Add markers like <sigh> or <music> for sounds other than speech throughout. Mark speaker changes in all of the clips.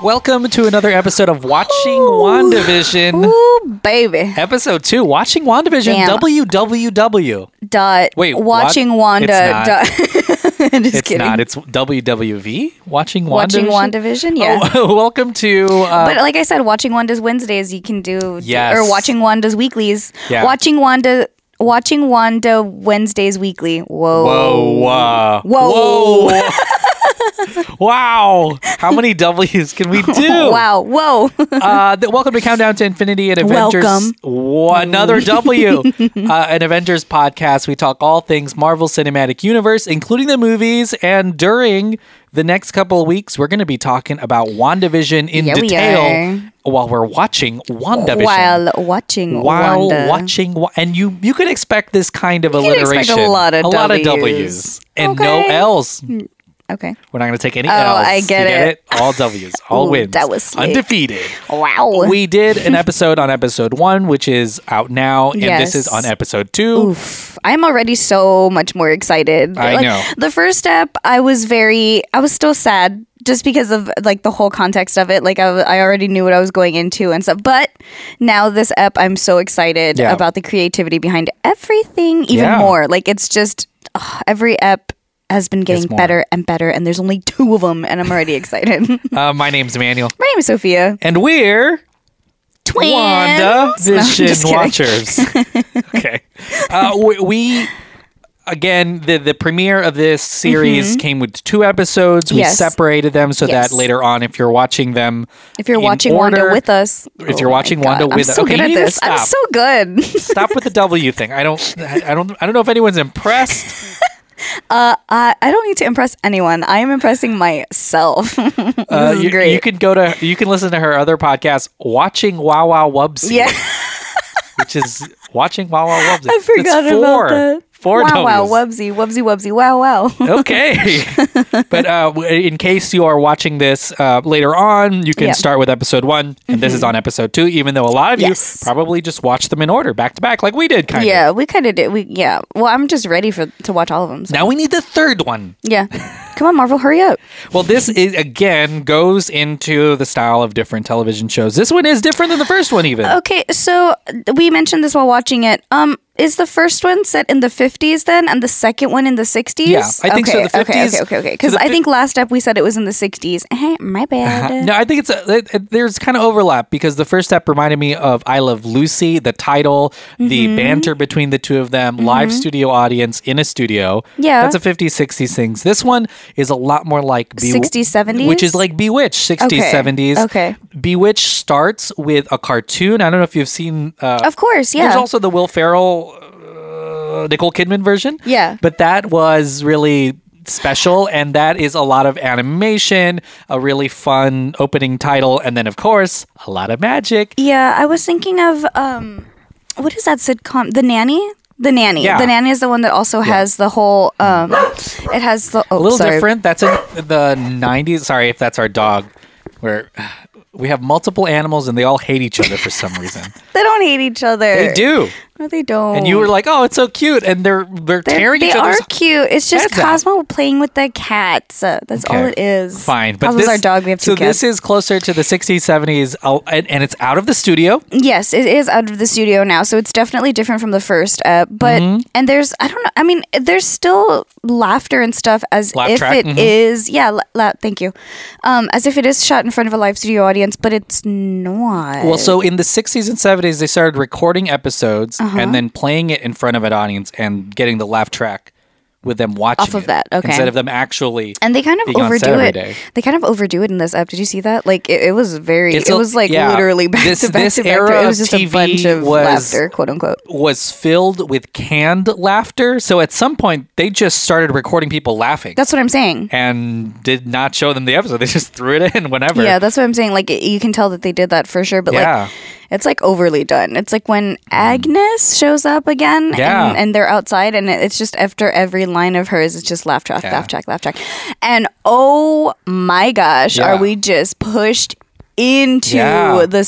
Speaker 1: welcome to another episode of Watching WandaVision.
Speaker 2: Ooh, baby.
Speaker 1: Episode 2, Watching WandaVision
Speaker 2: Damn.
Speaker 1: WWW.
Speaker 2: Dot.
Speaker 1: Wait, what?
Speaker 2: watching Wanda. Dot. <laughs> Just
Speaker 1: It's
Speaker 2: kidding.
Speaker 1: not, it's WWV, Watching WandaVision.
Speaker 2: watching WandaVision. Yeah.
Speaker 1: Oh, <laughs> welcome to uh,
Speaker 2: But like I said, watching Wanda's Wednesdays you can do,
Speaker 1: Yes.
Speaker 2: or watching Wanda's weeklies.
Speaker 1: Yeah.
Speaker 2: Watching Wanda, watching Wanda Wednesdays weekly. Whoa,
Speaker 1: Whoa. uh,
Speaker 2: oh. Whoa.
Speaker 1: whoa. <laughs> wow. How many W's can
Speaker 2: <laughs>
Speaker 1: we do?
Speaker 2: wow, whoa. <laughs>
Speaker 1: Uh, th- welcome to Countdown to Infinity and Avengers.
Speaker 2: Welcome. Mm.
Speaker 1: Whoa, another W. uh,
Speaker 2: <laughs>
Speaker 1: an Avengers podcast. We talk all things Marvel Cinematic Universe, including the movies. And during the next couple of weeks, we're going to be talking about WandaVision in
Speaker 2: Yeah, we
Speaker 1: detail while we're watching WandaVision.
Speaker 2: While watching
Speaker 1: while
Speaker 2: Wanda.
Speaker 1: watching wa- and you you could expect this kind of
Speaker 2: can expect
Speaker 1: alliteration
Speaker 2: a lot of
Speaker 1: W's
Speaker 2: Ws.
Speaker 1: and no
Speaker 2: Okay.
Speaker 1: L's
Speaker 2: Okay.
Speaker 1: we're not going to take any
Speaker 2: Oh,
Speaker 1: L's
Speaker 2: I get
Speaker 1: You
Speaker 2: it.
Speaker 1: all W's all
Speaker 2: Ooh,
Speaker 1: wins
Speaker 2: that was slick.
Speaker 1: undefeated
Speaker 2: Wow.
Speaker 1: we did an episode on episode 1 which is out now and
Speaker 2: Yes.
Speaker 1: this is on episode 2
Speaker 2: I'm already so much more excited.
Speaker 1: I
Speaker 2: Like,
Speaker 1: know.
Speaker 2: The first step, I was very, I was still sad just because of like the whole context of it. Like I, w- I already knew what I was going into and stuff. But now this ep, I'm so excited
Speaker 1: Yeah.
Speaker 2: about the creativity behind everything even
Speaker 1: Yeah.
Speaker 2: more. Like it's just ugh, every ep has been getting
Speaker 1: more.
Speaker 2: better and better, and there's only two of them, and I'm already excited. <laughs> My
Speaker 1: uh, my name's Emmanuel
Speaker 2: name is Sophia.
Speaker 1: and we're
Speaker 2: Twins.
Speaker 1: Wanda Vision
Speaker 2: just kidding.
Speaker 1: Watchers.
Speaker 2: <laughs>
Speaker 1: okay. Uh, we, we again the the premiere of this series came with two episodes. We
Speaker 2: Mm-hmm. Yes.
Speaker 1: separated them so
Speaker 2: Yes.
Speaker 1: that later on, if you're watching them,
Speaker 2: If you're
Speaker 1: in
Speaker 2: watching
Speaker 1: order-
Speaker 2: Wanda with us,
Speaker 1: if you're
Speaker 2: Oh my
Speaker 1: watching Wanda
Speaker 2: God,
Speaker 1: with
Speaker 2: I'm
Speaker 1: us-
Speaker 2: so
Speaker 1: Okay,
Speaker 2: good
Speaker 1: you
Speaker 2: at
Speaker 1: need to
Speaker 2: this. I'm
Speaker 1: stop.
Speaker 2: so good. <laughs>
Speaker 1: stop with the W thing. I don't I don't I don't know if anyone's impressed.
Speaker 2: I, Uh, I don't need to impress anyone. I am impressing myself. <laughs> this
Speaker 1: Uh,
Speaker 2: is
Speaker 1: you,
Speaker 2: great.
Speaker 1: you can go to you can listen to her other podcast, watching Wow Wow Wubsy.
Speaker 2: yeah,
Speaker 1: which is watching Wow Wow Wubsy.
Speaker 2: I forgot
Speaker 1: it's four,
Speaker 2: about that.
Speaker 1: Four
Speaker 2: wow, wow,
Speaker 1: Ws.
Speaker 2: wubsy, wubsy, wubsy, wow, wow. <laughs>
Speaker 1: okay but uh, w- in case you are watching this uh, later on you can
Speaker 2: Yeah.
Speaker 1: start with episode one and this is on episode two even though a lot of
Speaker 2: Mm-hmm. Yes.
Speaker 1: you probably just watch them in order back to back like we did kind of
Speaker 2: yeah, we kind of did. We yeah. Well, I'm just ready for to watch all of them. so-
Speaker 1: now we need the third one <laughs>
Speaker 2: Yeah, come on, Marvel, hurry up.
Speaker 1: well this is again goes into the style of different television shows this one is different than the first one even
Speaker 2: Okay, so we mentioned this while watching it. Um, is the first one set in the 50s then, and the second one in the 60s?
Speaker 1: Yeah, I think so.
Speaker 2: okay,
Speaker 1: The
Speaker 2: Okay,
Speaker 1: 50s
Speaker 2: okay, okay, okay. Because
Speaker 1: to the
Speaker 2: I
Speaker 1: fif-
Speaker 2: think last up we said it was in the 60s. Eh, my bad.
Speaker 1: No, I think it's a, it, it- there's kind of overlap because the first step reminded me of I Love Lucy, the title,
Speaker 2: Mm-hmm.
Speaker 1: the banter between the two of them, live studio audience in a studio.
Speaker 2: Yeah.
Speaker 1: That's a 50s, 60s things. This one is a lot more like
Speaker 2: 60s, 70s?
Speaker 1: which is like Bewitched, 60s,
Speaker 2: Okay.
Speaker 1: 70s.
Speaker 2: Okay.
Speaker 1: Bewitched starts with a cartoon. I don't know if you've seen. Uh,
Speaker 2: Of course, yeah.
Speaker 1: There's also the Will Ferrell, uh, Nicole Kidman version.
Speaker 2: Yeah.
Speaker 1: But that was really special and that is a lot of animation a really fun opening title and then of course a lot of magic
Speaker 2: Yeah, I was thinking of um, what is that sitcom? The Nanny. The Nanny.
Speaker 1: Yeah.
Speaker 2: The Nanny is the one that also has the whole. Um, it has the. Oh,
Speaker 1: a little
Speaker 2: sorry.
Speaker 1: different that's in the 90s sorry if that's our dog where <sighs> we have multiple animals and they all hate each other for some reason
Speaker 2: <laughs> They don't hate each other.
Speaker 1: they do
Speaker 2: No, they don't.
Speaker 1: and you were like oh it's so cute and they're they're
Speaker 2: They're-
Speaker 1: tearing
Speaker 2: they
Speaker 1: each
Speaker 2: are
Speaker 1: other's
Speaker 2: cute. It's just
Speaker 1: heads out.
Speaker 2: Cosmo playing with the cats. Uh, that's all
Speaker 1: Okay.
Speaker 2: it is.
Speaker 1: Fine, but
Speaker 2: Cosmo's
Speaker 1: this,
Speaker 2: our dog. We have two
Speaker 1: so
Speaker 2: cats.
Speaker 1: this is closer to the 60s, 70s, oh, and, and it's out of the studio.
Speaker 2: yes, it is out of the studio now, so it's definitely different from the first. Uh, but
Speaker 1: Mm-hmm.
Speaker 2: and there's I don't know. I mean, there's still laughter and stuff as
Speaker 1: Laugh
Speaker 2: if
Speaker 1: track,
Speaker 2: it is
Speaker 1: mhm.
Speaker 2: yeah. La- la- thank you. Um, as if it is shot in front of a live studio audience, but it's not.
Speaker 1: Well, so in the 60s and 70s, they started recording episodes
Speaker 2: Uh-huh.
Speaker 1: and then playing it in front of an audience and getting the laugh track with them watching
Speaker 2: Off of
Speaker 1: it
Speaker 2: that, okay.
Speaker 1: instead of them actually.
Speaker 2: and they kind of
Speaker 1: being on set
Speaker 2: overdo
Speaker 1: every
Speaker 2: it.
Speaker 1: day.
Speaker 2: They kind of overdo it in this app. Did you see that? Like it, it was very.
Speaker 1: It's
Speaker 2: it
Speaker 1: a-
Speaker 2: was like
Speaker 1: yeah.
Speaker 2: literally back
Speaker 1: This-
Speaker 2: to back
Speaker 1: this
Speaker 2: to back. to-
Speaker 1: era
Speaker 2: it
Speaker 1: of
Speaker 2: was just a
Speaker 1: TV
Speaker 2: bunch of
Speaker 1: was-
Speaker 2: laughter, quote unquote.
Speaker 1: was filled with canned laughter. So at some point, they just started recording people laughing
Speaker 2: That's what I'm saying.
Speaker 1: and did not show them the episode. <laughs> They just threw it in whenever.
Speaker 2: Yeah, that's what I'm saying. Like it- you can tell that they did that for sure, but
Speaker 1: Yeah. Mm.
Speaker 2: like it's like overly done. It's like when Agnes shows up again
Speaker 1: Yeah.
Speaker 2: and, and they're outside and it- it's just after every line of hers it's just laugh track,
Speaker 1: Yeah.
Speaker 2: laugh track, laugh track. And oh my gosh,
Speaker 1: Yeah.
Speaker 2: are we just pushed into
Speaker 1: Yeah.
Speaker 2: the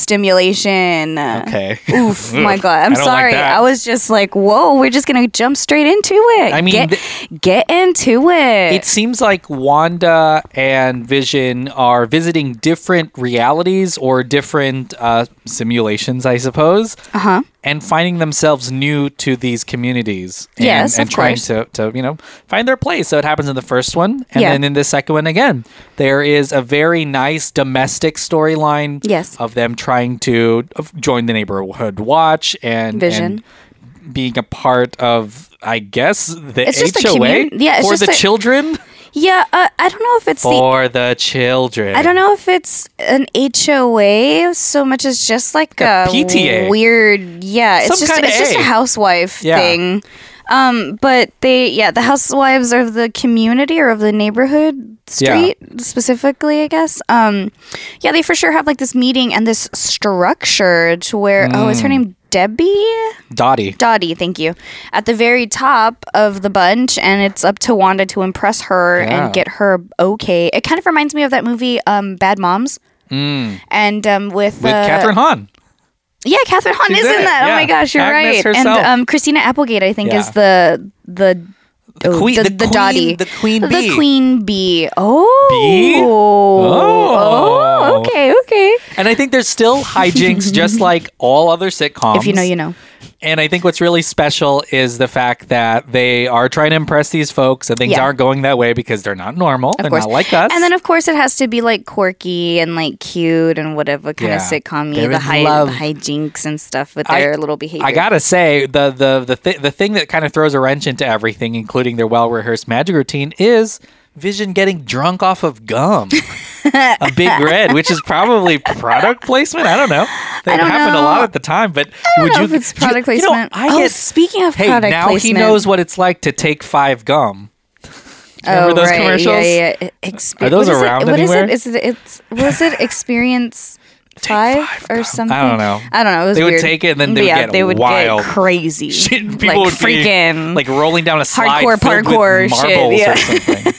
Speaker 2: stimulation.
Speaker 1: Okay. <laughs>
Speaker 2: Oof, my God. I'm
Speaker 1: I don't like
Speaker 2: sorry.
Speaker 1: that.
Speaker 2: I was just like, whoa, we're just going to jump straight into it.
Speaker 1: I mean,
Speaker 2: get,
Speaker 1: th-
Speaker 2: get into it.
Speaker 1: It seems like Wanda and Vision are visiting different realities or different uh, simulations, I suppose, uh-huh. and finding themselves new to these communities. And,
Speaker 2: Yes,
Speaker 1: and
Speaker 2: of
Speaker 1: trying
Speaker 2: course.
Speaker 1: to, to you know find their place. So it happens in the first one, and
Speaker 2: Yeah.
Speaker 1: then in the second one again. There is a very nice domestic storyline.
Speaker 2: Yes.
Speaker 1: of them trying to join the neighborhood watch and
Speaker 2: Vision.
Speaker 1: and being a part of. I guess the
Speaker 2: It's just a
Speaker 1: HOA
Speaker 2: commun- yeah, it's
Speaker 1: for
Speaker 2: just
Speaker 1: the
Speaker 2: a-
Speaker 1: children.
Speaker 2: yeah, uh, I don't know if it's the
Speaker 1: for the children.
Speaker 2: I don't know if it's an HOA so much as just like,
Speaker 1: a
Speaker 2: a,
Speaker 1: PTA.
Speaker 2: weird, yeah. It's
Speaker 1: Some
Speaker 2: just
Speaker 1: kinda
Speaker 2: it's just
Speaker 1: A.
Speaker 2: a housewife
Speaker 1: Yeah.
Speaker 2: thing. Um, but they yeah, the housewives of the community or of the neighborhood street specifically, I guess. Um, yeah, they for sure have like this meeting and this structure to where oh, is her
Speaker 1: Mm.
Speaker 2: name Debbie?
Speaker 1: Dottie.
Speaker 2: Dottie, thank you. At the very top of the bunch, and it's up to Wanda to impress her
Speaker 1: Yeah.
Speaker 2: and get her okay. It kind of reminds me of that movie, um, Bad Moms. And um, with,
Speaker 1: Hmm. With
Speaker 2: uh,
Speaker 1: Catherine Hahn.
Speaker 2: yeah, Catherine Hahn
Speaker 1: She's
Speaker 2: is
Speaker 1: in
Speaker 2: in
Speaker 1: it,
Speaker 2: that. Oh
Speaker 1: yeah.
Speaker 2: my gosh, you're
Speaker 1: Agnes
Speaker 2: right.
Speaker 1: herself.
Speaker 2: And um, Christina Applegate, I think,
Speaker 1: Yeah.
Speaker 2: is the the oh,
Speaker 1: queen- the queen-
Speaker 2: Dottie,
Speaker 1: the queen bee.
Speaker 2: the queen bee. Oh,
Speaker 1: Bee? Oh.
Speaker 2: oh, okay, okay.
Speaker 1: And I think there's
Speaker 2: <laughs>
Speaker 1: still hijinks just like all other sitcoms.
Speaker 2: If you know, you know.
Speaker 1: And I think what's really special is the fact that they are trying to impress these folks and things
Speaker 2: Yeah.
Speaker 1: aren't going that way because they're not normal. they're
Speaker 2: course.
Speaker 1: not like us.
Speaker 2: And then, of course, it has to be like quirky and like cute and whatever kind
Speaker 1: Yeah.
Speaker 2: of sitcom
Speaker 1: They're
Speaker 2: the
Speaker 1: in
Speaker 2: high
Speaker 1: love.
Speaker 2: hijinks and stuff with
Speaker 1: I-
Speaker 2: their little behavior.
Speaker 1: I gotta say the the the th- the thing that kind of throws a wrench into everything, including their well rehearsed magic routine, is Vision getting drunk off of
Speaker 2: <laughs>
Speaker 1: gum, a big red, which is probably product placement. I don't know. That
Speaker 2: don't
Speaker 1: happened a
Speaker 2: know.
Speaker 1: lot at the time, but
Speaker 2: I
Speaker 1: would
Speaker 2: don't know
Speaker 1: you?
Speaker 2: if it's product
Speaker 1: you- you know,
Speaker 2: placement.
Speaker 1: I
Speaker 2: oh,
Speaker 1: get-
Speaker 2: speaking of
Speaker 1: hey,
Speaker 2: product
Speaker 1: now
Speaker 2: placement,
Speaker 1: he knows what it's like to take five gum. Remember
Speaker 2: oh,
Speaker 1: those
Speaker 2: right.
Speaker 1: commercials?
Speaker 2: Yeah, yeah. yeah. Exper-
Speaker 1: Are those
Speaker 2: what is
Speaker 1: around
Speaker 2: it? What is
Speaker 1: anywhere?
Speaker 2: it? Is it? It's was it experience five,
Speaker 1: five
Speaker 2: or
Speaker 1: gum.
Speaker 2: something?
Speaker 1: I don't know.
Speaker 2: I don't know. It was
Speaker 1: They would
Speaker 2: weird.
Speaker 1: take it and then they would
Speaker 2: yeah,
Speaker 1: get
Speaker 2: they would
Speaker 1: wild.
Speaker 2: get
Speaker 1: <laughs>
Speaker 2: crazy.
Speaker 1: Shit, people
Speaker 2: like
Speaker 1: would be,
Speaker 2: freaking
Speaker 1: like rolling down a slide
Speaker 2: hardcore
Speaker 1: filled
Speaker 2: parkour
Speaker 1: with marbles
Speaker 2: shit,
Speaker 1: or
Speaker 2: <laughs>
Speaker 1: something.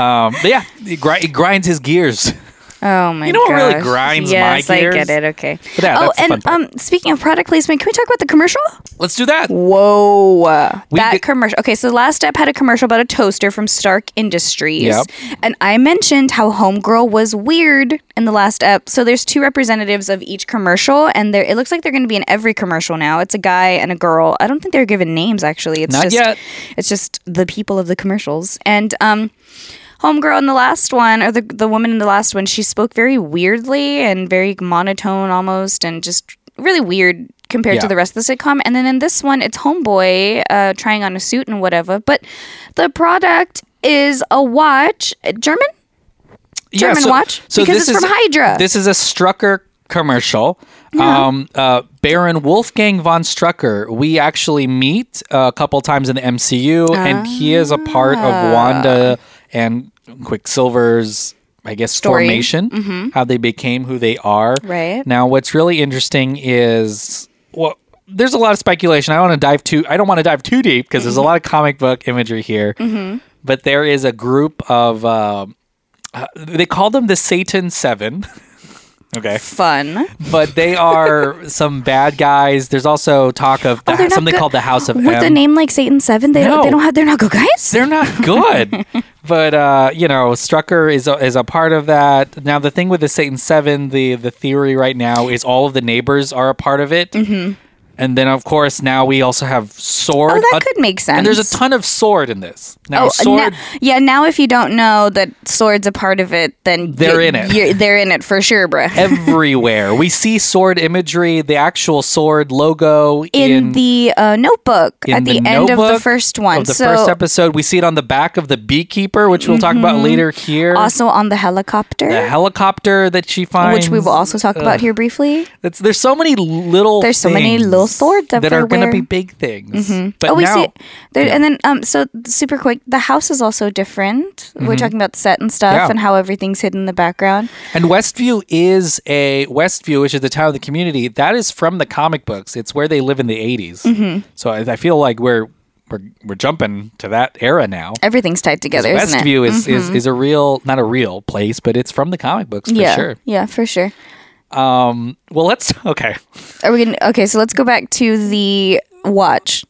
Speaker 1: um, but yeah, it, gri- it grinds his gears. <laughs>
Speaker 2: Oh my!
Speaker 1: You know what really
Speaker 2: gosh.
Speaker 1: grinds my
Speaker 2: yes,
Speaker 1: gears?
Speaker 2: I get it. Okay.
Speaker 1: But yeah,
Speaker 2: oh,
Speaker 1: that's the fun
Speaker 2: and
Speaker 1: part.
Speaker 2: um, speaking of product placement, can we talk about the commercial?
Speaker 1: Let's do that.
Speaker 2: Whoa,
Speaker 1: We
Speaker 2: that
Speaker 1: did-
Speaker 2: commercial. Okay, so last step had a commercial about a toaster from Stark Industries,
Speaker 1: Yep.
Speaker 2: and I mentioned how Homegirl was weird in the last ep. So there's two representatives of each commercial, and there it looks like they're going to be in every commercial now. It's a guy and a girl. I don't think they're given names actually. It's
Speaker 1: Not
Speaker 2: just
Speaker 1: yet.
Speaker 2: it's just the people of the commercials, and um. Homegirl in the last one, or the the woman in the last one, she spoke very weirdly and very monotone almost, and just really weird compared
Speaker 1: Yeah.
Speaker 2: to the rest of the sitcom. And then in this one, it's Homeboy uh, trying on a suit and whatever. But the product is a watch, uh, German. German watch? Because it's from Hydra.
Speaker 1: This is a Strucker commercial. Um, uh, Baron Wolfgang von Strucker, we actually meet a couple times in the MCU, and he is a part
Speaker 2: Ah.
Speaker 1: of Wanda and Quicksilver's, I guess,
Speaker 2: Story. Mm-hmm.
Speaker 1: formation, how they became who they are.
Speaker 2: Right.
Speaker 1: Now, what's really interesting is, well, there's a lot of speculation. I don't want to dive too. I don't want to dive too deep because
Speaker 2: Mm-hmm.
Speaker 1: there's a lot of comic book imagery here. But there is a group of uh, uh, they call them the Satan Seven. okay,
Speaker 2: Fun. Oh,
Speaker 1: but they are some bad guys. There's also talk of the,
Speaker 2: Oh, they're not
Speaker 1: something
Speaker 2: good-
Speaker 1: called the House of
Speaker 2: With
Speaker 1: M.
Speaker 2: a name like Satan Seven, they
Speaker 1: No.
Speaker 2: don't, they don't have. They're not good guys.
Speaker 1: They're
Speaker 2: <laughs>
Speaker 1: not good. but uh, you know, Strucker is a, is a part of that. Now the thing with the Satan Seven, the the theory right now is all of the neighbors are a part of it. Mm-hmm. And then, of course, now we also have sword.
Speaker 2: oh, that
Speaker 1: A-
Speaker 2: could make sense.
Speaker 1: And there's a ton of sword in this. Now,
Speaker 2: Oh,
Speaker 1: sword.
Speaker 2: na- yeah. Now, <laughs> if you don't know that sword's a part of it, then
Speaker 1: They're in it.
Speaker 2: You're, they're in it for sure, bruh.
Speaker 1: everywhere. we see sword imagery, the actual sword logo
Speaker 2: in,
Speaker 1: in,
Speaker 2: the uh, notebook
Speaker 1: in
Speaker 2: at the, end of the
Speaker 1: notebook
Speaker 2: first one.
Speaker 1: Of the
Speaker 2: so Mm-hmm.
Speaker 1: first episode, we see it on the back of the beekeeper, which we'll talk about later here.
Speaker 2: also on the helicopter,
Speaker 1: The helicopter that she finds,
Speaker 2: which we will also talk about here briefly.
Speaker 1: It's, there's so many little.
Speaker 2: There's so many little
Speaker 1: things
Speaker 2: swords
Speaker 1: that are going to
Speaker 2: everywhere.
Speaker 1: be big things. But
Speaker 2: oh, we
Speaker 1: now,
Speaker 2: see, there, and then um, so super quick, the house is also different. We're talking about the set and stuff
Speaker 1: Mm-hmm. Yeah.
Speaker 2: and how everything's hidden in the background.
Speaker 1: and Westview is a Westview, which is the town of the
Speaker 2: Mm-hmm.
Speaker 1: community. That is from the comic books. It's where they live in the 80s. So I, I feel like we're we're we're jumping to that era now.
Speaker 2: Everything's tied together, isn't it? Mm-hmm.
Speaker 1: Westview is, is is a real not a real place, but it's from the comic books for
Speaker 2: yeah,
Speaker 1: sure.
Speaker 2: yeah, for sure.
Speaker 1: Um, well, let's <laughs> okay.
Speaker 2: Are we gonna? Okay, so let's go back to the watch,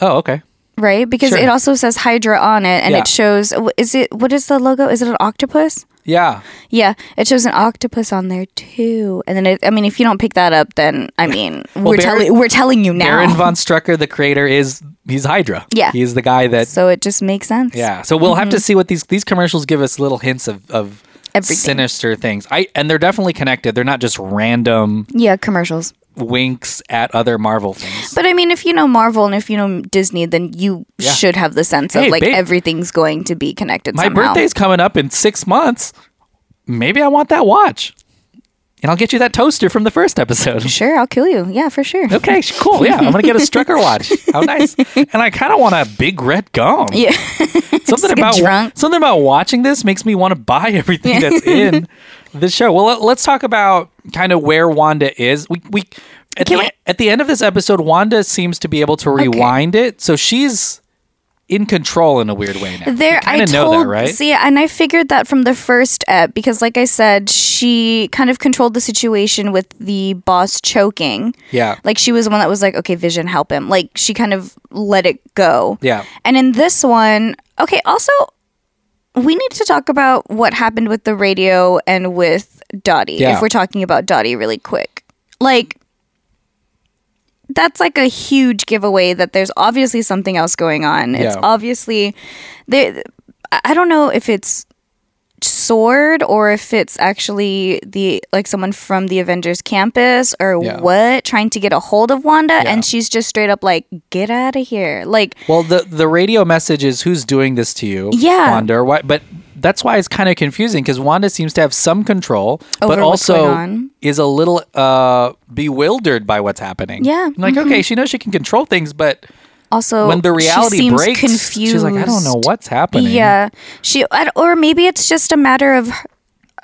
Speaker 1: Oh, okay.
Speaker 2: right? Because
Speaker 1: Sure.
Speaker 2: it also says Hydra on it, and
Speaker 1: Yeah.
Speaker 2: it shows. Is it what is the logo? Is it an octopus?
Speaker 1: Yeah,
Speaker 2: Yeah, it shows an octopus on there too. And then, it, I mean, if you don't pick that up, then I mean,
Speaker 1: Baron-
Speaker 2: we're telling we're telling you now.
Speaker 1: Baron von Strucker, the creator, is he's Hydra.
Speaker 2: Yeah.
Speaker 1: he's the guy that.
Speaker 2: so it just makes sense.
Speaker 1: Yeah, so we'll have to see what these these commercials give us little hints of of
Speaker 2: Mm-hmm. Everything.
Speaker 1: sinister things. I and they're definitely connected. They're not just random
Speaker 2: yeah, commercials.
Speaker 1: winks at other Marvel things.
Speaker 2: But I mean, if you know Marvel and if you know Disney, then you
Speaker 1: Yeah.
Speaker 2: should have the sense
Speaker 1: Hey,
Speaker 2: of like
Speaker 1: babe.
Speaker 2: everything's going to be connected.
Speaker 1: My
Speaker 2: somehow.
Speaker 1: birthday's coming up in six months. Maybe I want that watch, and I'll get you that toaster from the first
Speaker 2: <laughs>
Speaker 1: episode.
Speaker 2: Sure, I'll kill you. Yeah, for sure.
Speaker 1: Okay, sh- cool. Yeah, I'm gonna get a Strucker watch. How nice! And I kind of want a big red gum.
Speaker 2: <laughs> Yeah.
Speaker 1: something
Speaker 2: get
Speaker 1: about
Speaker 2: drunk.
Speaker 1: something about watching this makes me want to buy <laughs> everything
Speaker 2: <laughs>
Speaker 1: that's in the show. Well, let, let's talk about kind of where Wanda is. We we at
Speaker 2: Can
Speaker 1: the,
Speaker 2: we-
Speaker 1: at the end of this episode, Wanda seems to be able to rewind it, so she's in control in a weird way now.
Speaker 2: There,
Speaker 1: kind
Speaker 2: I
Speaker 1: of
Speaker 2: told,
Speaker 1: know that, right?
Speaker 2: see, and I figured that from the first ep because, like I said, she kind of controlled the situation with the boss choking.
Speaker 1: Yeah.
Speaker 2: like she was the one that was like, "Okay, Vision, help him." Like she kind of let it go.
Speaker 1: Yeah.
Speaker 2: And in this one, okay, also, we need to talk about what happened with the radio and with Dottie.
Speaker 1: Yeah.
Speaker 2: If we're talking about Dottie, really quick, like. That's like a huge giveaway that there's obviously something else going on. It's
Speaker 1: Yeah.
Speaker 2: obviously they I I don't know if it's sword or if it's actually the like someone from the Avengers campus or
Speaker 1: Yeah.
Speaker 2: what trying to get a hold of Wanda
Speaker 1: Yeah.
Speaker 2: and she's just straight up like get out of here. Like
Speaker 1: Well, the the radio message is who's doing this to you,
Speaker 2: Yeah.
Speaker 1: Wanda. Why, but that's why it's kind of confusing because Wanda seems to have some control, but
Speaker 2: Over what's
Speaker 1: also
Speaker 2: going on.
Speaker 1: is a little uh, bewildered by what's happening.
Speaker 2: Yeah.
Speaker 1: like okay, she knows she can control things, but
Speaker 2: also
Speaker 1: when the reality
Speaker 2: she seems
Speaker 1: breaks,
Speaker 2: confused.
Speaker 1: she's like, I don't know what's happening.
Speaker 2: Yeah. She I- or maybe it's just a matter of her-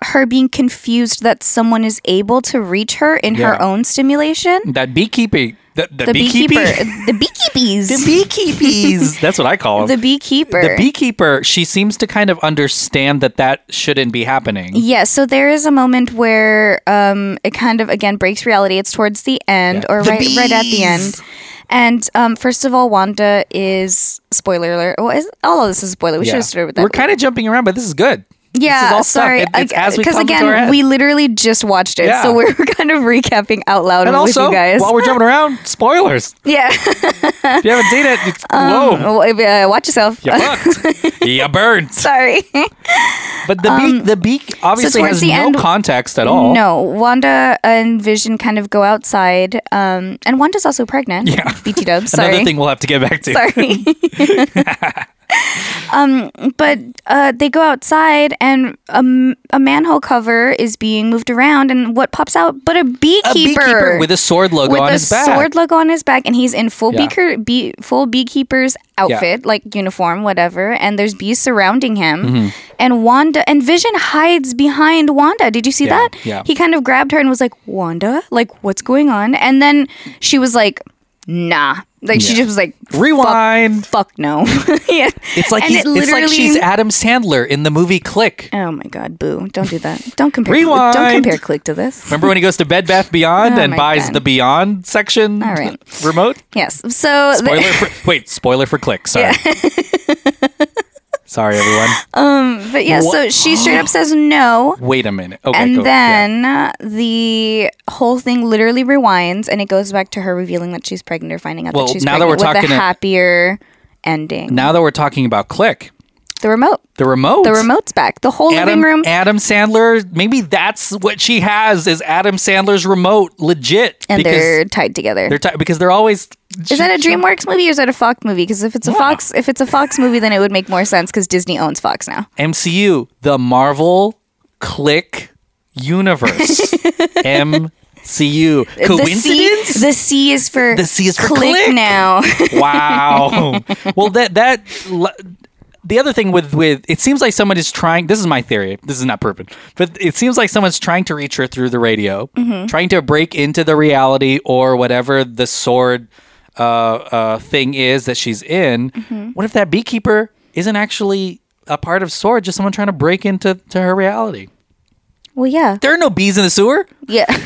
Speaker 2: her being confused that someone is able to reach her in
Speaker 1: Yeah.
Speaker 2: her own stimulation.
Speaker 1: that beekeeping, the, the,
Speaker 2: The
Speaker 1: beekeeping, <laughs>
Speaker 2: beekeeper, the beekeepies,
Speaker 1: the beekeepees. that's what I call
Speaker 2: <laughs> the
Speaker 1: them.
Speaker 2: beekeeper,
Speaker 1: the beekeeper. She seems to kind of understand that that shouldn't be happening.
Speaker 2: Yeah, so there is a moment where um, it kind of again breaks reality. It's towards the end,
Speaker 1: Yeah.
Speaker 2: or
Speaker 1: The
Speaker 2: right, right at the end.
Speaker 1: bees.
Speaker 2: And um, first of all, Wanda is spoiler alert. Well, is, all of this is spoiler. We should
Speaker 1: Yeah.
Speaker 2: have started with that.
Speaker 1: We're kind of jumping around, but this is good.
Speaker 2: yeah,
Speaker 1: this is all stuff.
Speaker 2: sorry,
Speaker 1: It- it's as we
Speaker 2: because
Speaker 1: come to our
Speaker 2: again,
Speaker 1: head.
Speaker 2: we literally just watched it,
Speaker 1: Yeah.
Speaker 2: so we're <laughs> kind of recapping out loud
Speaker 1: And
Speaker 2: with
Speaker 1: also,
Speaker 2: you guys.
Speaker 1: while we're jumping
Speaker 2: <laughs>
Speaker 1: around, spoilers.
Speaker 2: yeah,
Speaker 1: If you haven't seen it, it's, <laughs>
Speaker 2: Um,
Speaker 1: whoa,
Speaker 2: <laughs> Well, uh, watch yourself.
Speaker 1: you fucked, you burnt.
Speaker 2: <laughs> sorry.
Speaker 1: But the beak, the beak obviously
Speaker 2: Um,
Speaker 1: has
Speaker 2: towards the
Speaker 1: no
Speaker 2: end-
Speaker 1: context at all.
Speaker 2: No, Wanda and Vision kind of go outside, um, and Wanda's also pregnant. <laughs>
Speaker 1: Yeah.
Speaker 2: BT Dubs. Sorry.
Speaker 1: Another thing we'll have to get back to. <laughs>
Speaker 2: <laughs> Sorry. um, but uh, they go outside, and a, m- a manhole cover is being moved around, and what pops out? But a beekeeper,
Speaker 1: A beekeeper with a sword logo
Speaker 2: with
Speaker 1: on
Speaker 2: a
Speaker 1: his back.
Speaker 2: sword logo on his back, and he's in full
Speaker 1: Yeah.
Speaker 2: beaker, bee, full beekeeper's outfit, like uniform, whatever. And there's bees surrounding him,
Speaker 1: Mm-hmm.
Speaker 2: and Wanda and Vision hides behind Wanda. Did you see
Speaker 1: Yeah,
Speaker 2: that?
Speaker 1: yeah.
Speaker 2: He kind of grabbed her and was like, "Wanda, like what's going on?" And then she was like, "Nah." Like she
Speaker 1: Yeah.
Speaker 2: just was like,
Speaker 1: Rewind.
Speaker 2: fuck no. <laughs> yeah.
Speaker 1: It's like
Speaker 2: and
Speaker 1: he's,
Speaker 2: it literally,
Speaker 1: it's like she's Adam Sandler in the movie Click.
Speaker 2: Oh my god, boo. Don't do that. Don't compare don't
Speaker 1: Rewind.
Speaker 2: compare click to this.
Speaker 1: Remember when he goes to Bed Bath Beyond
Speaker 2: Oh
Speaker 1: and
Speaker 2: my
Speaker 1: buys
Speaker 2: God.
Speaker 1: the Beyond section
Speaker 2: All right.
Speaker 1: remote?
Speaker 2: Yes. So the- <laughs>
Speaker 1: Spoiler for, wait, spoiler for Click. Sorry. <laughs> Sorry, everyone.
Speaker 2: but yeah, so she straight up says no.
Speaker 1: Wait a minute. Okay,
Speaker 2: And
Speaker 1: go. Yeah.
Speaker 2: then the whole thing literally rewinds and it goes back to her revealing that she's pregnant or finding out
Speaker 1: Well,
Speaker 2: that she's
Speaker 1: now that
Speaker 2: pregnant
Speaker 1: we're
Speaker 2: with
Speaker 1: talking
Speaker 2: a
Speaker 1: a-
Speaker 2: happier ending.
Speaker 1: now that we're talking about Click,
Speaker 2: the remote.
Speaker 1: the remote,
Speaker 2: The remote's back. The whole
Speaker 1: Adam,
Speaker 2: living room.
Speaker 1: Adam Sandler, maybe that's what she has is Adam Sandler's remote, legit.
Speaker 2: and
Speaker 1: because
Speaker 2: they're tied together.
Speaker 1: they're ti- because they're always.
Speaker 2: Is that a DreamWorks movie or is that a Fox movie? Because if it's a Fox, if it's a Fox movie, then it would make more sense because Disney owns Fox now.
Speaker 1: MCU, the Marvel Click Universe,
Speaker 2: <laughs>
Speaker 1: MCU. Coincidence?
Speaker 2: The C, the C is for
Speaker 1: The C is for click.
Speaker 2: now. <laughs>
Speaker 1: wow. well, that that the other thing with with it seems like someone is trying. This is my theory. This is not proven, but it seems like someone's trying to reach her through the radio, trying to break into the reality or whatever the sword uh, uh, thing is that she's in. What if that beekeeper isn't actually a part of Sword, just someone trying to break into to her reality?
Speaker 2: Well, yeah.
Speaker 1: There are no bees in the sewer.
Speaker 2: Yeah. <laughs>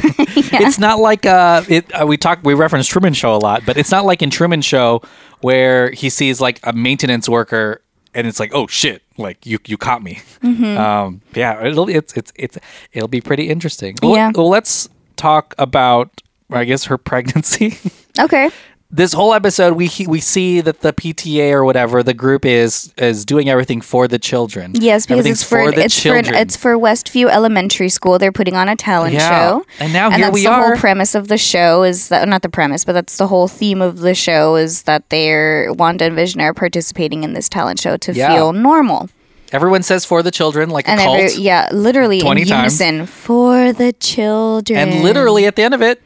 Speaker 1: It's not like uh, it, uh, we talk we reference Truman Show a lot, but it's not like in Truman Show where he sees like a maintenance worker and it's like, oh shit, like you you caught me.
Speaker 2: Mm-hmm.
Speaker 1: Um, yeah, it'll it's it's it's it'll be pretty interesting. Well,
Speaker 2: Yeah.
Speaker 1: well, let's talk about I guess her <laughs> pregnancy.
Speaker 2: okay.
Speaker 1: this whole episode, we he- we see that the PTA or whatever the group is is doing everything for the children.
Speaker 2: Yes, because
Speaker 1: Everything's
Speaker 2: it's for, an- it's for an- it's for Westview Elementary School. They're putting on a talent
Speaker 1: Yeah.
Speaker 2: show,
Speaker 1: And now here
Speaker 2: that's
Speaker 1: we
Speaker 2: the
Speaker 1: are.
Speaker 2: whole premise of the show is that not the premise, but that's the whole theme of the show is that they're Wanda and Vision are participating in this talent show to
Speaker 1: Yeah.
Speaker 2: feel normal.
Speaker 1: Everyone says for the children, like
Speaker 2: And
Speaker 1: a cult.
Speaker 2: every, yeah, literally
Speaker 1: 20
Speaker 2: in
Speaker 1: times.
Speaker 2: unison for the children,
Speaker 1: And literally at the end of it,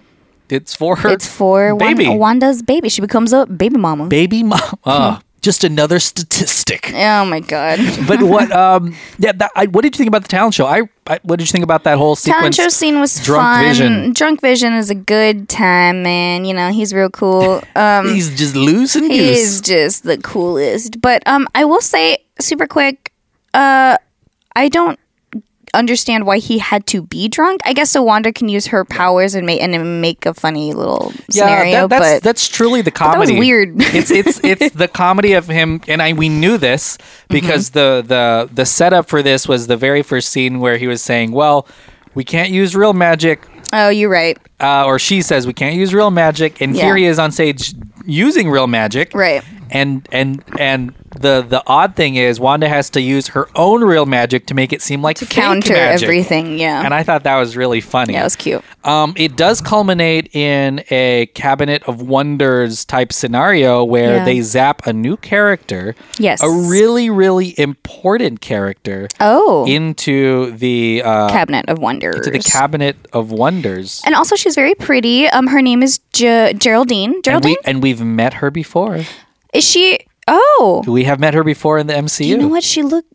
Speaker 1: it's for her.
Speaker 2: it's for Wan-
Speaker 1: baby.
Speaker 2: Wanda's baby. She becomes a baby mama.
Speaker 1: baby mom. Uh, <laughs> just another statistic.
Speaker 2: oh my
Speaker 1: <laughs>
Speaker 2: god.
Speaker 1: But what? Um, yeah. That, I, what did you think about the talent show? I, I. What did you think about that whole
Speaker 2: Talent
Speaker 1: sequence?
Speaker 2: show scene was
Speaker 1: Drunk
Speaker 2: fun.
Speaker 1: Vision.
Speaker 2: Drunk Vision is a good time, man. You know he's real
Speaker 1: <laughs>
Speaker 2: cool. Um,
Speaker 1: He's just loose and
Speaker 2: He
Speaker 1: goose.
Speaker 2: is just the coolest. But um, I will say super quick. Uh, I don't understand why he had to be drunk. I guess so. Wanda can use her powers and make and make a funny little
Speaker 1: that,
Speaker 2: scenario.
Speaker 1: that's
Speaker 2: but
Speaker 1: that's truly the
Speaker 2: that was
Speaker 1: comedy.
Speaker 2: weird.
Speaker 1: it's it's
Speaker 2: <laughs>
Speaker 1: it's the comedy of him, and I we knew this because
Speaker 2: Mm-hmm.
Speaker 1: the the the setup for this was the very first scene where he was saying, "Well, we can't use real magic,"
Speaker 2: oh, you're right.
Speaker 1: uh, or she says, "We can't use real magic," and
Speaker 2: Yeah.
Speaker 1: here he is on stage using real magic,
Speaker 2: Right.
Speaker 1: And and and the the odd thing is, Wanda has to use her own real magic to make it seem like fake
Speaker 2: Counter
Speaker 1: magic.
Speaker 2: everything. Yeah.
Speaker 1: And I thought that was really funny.
Speaker 2: yeah, it was cute.
Speaker 1: Um, it does culminate in a cabinet of wonders type scenario where
Speaker 2: Yeah.
Speaker 1: they zap a new character,
Speaker 2: Yes.
Speaker 1: a really really important character,
Speaker 2: Oh,
Speaker 1: into the uh,
Speaker 2: cabinet of wonders.
Speaker 1: to the cabinet of wonders.
Speaker 2: and also, she's very pretty. Um, her name is Ge- Geraldine.
Speaker 1: And
Speaker 2: Geraldine
Speaker 1: we and we've met her before.
Speaker 2: is she? Oh,
Speaker 1: We have met her before in the MCU.
Speaker 2: you know what? She looked.